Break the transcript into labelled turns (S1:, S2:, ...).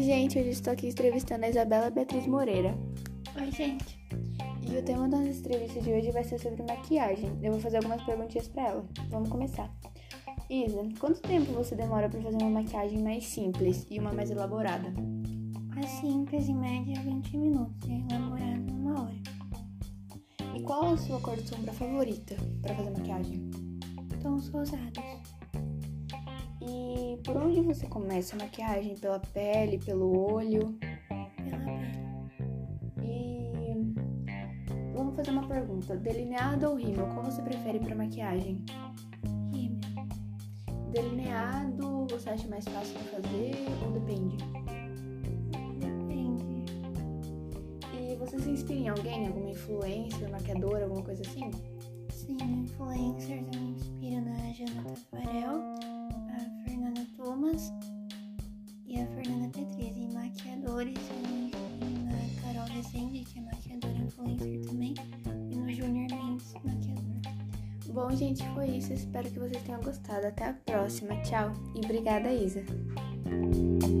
S1: gente, hoje estou aqui entrevistando a Isabela Beatriz Moreira.
S2: Oi, gente.
S1: E o tema da nossa entrevista de hoje vai ser sobre maquiagem. Eu vou fazer algumas perguntinhas para ela. Vamos começar. Isa, quanto tempo você demora para fazer uma maquiagem mais simples e uma mais elaborada?
S2: A simples, em média, 20 minutos. E a elaborada, uma hora.
S1: E qual a sua cor de sombra favorita para fazer maquiagem?
S2: Tons ousados.
S1: E por onde você começa a maquiagem? Pela pele, pelo olho?
S2: Pela pele.
S1: E vamos fazer uma pergunta: delineado ou rímel? Qual você prefere para maquiagem?
S2: Rímel.
S1: Delineado você acha mais fácil de fazer ou depende?
S2: Depende.
S1: E você se inspira em alguém, alguma influencer, maquiadora, alguma coisa assim?
S2: Sim, é influencers eu me inspiro na Jana Tafarel, a Fernanda Thomas e a Fernanda Petrez. E maquiadores eu me inspiro na Carol Rezende, que é maquiadora influencer também, e no Junior Mendes, maquiador.
S1: Bom, gente, foi isso. Espero que vocês tenham gostado. Até a próxima. Tchau. E obrigada, Isa.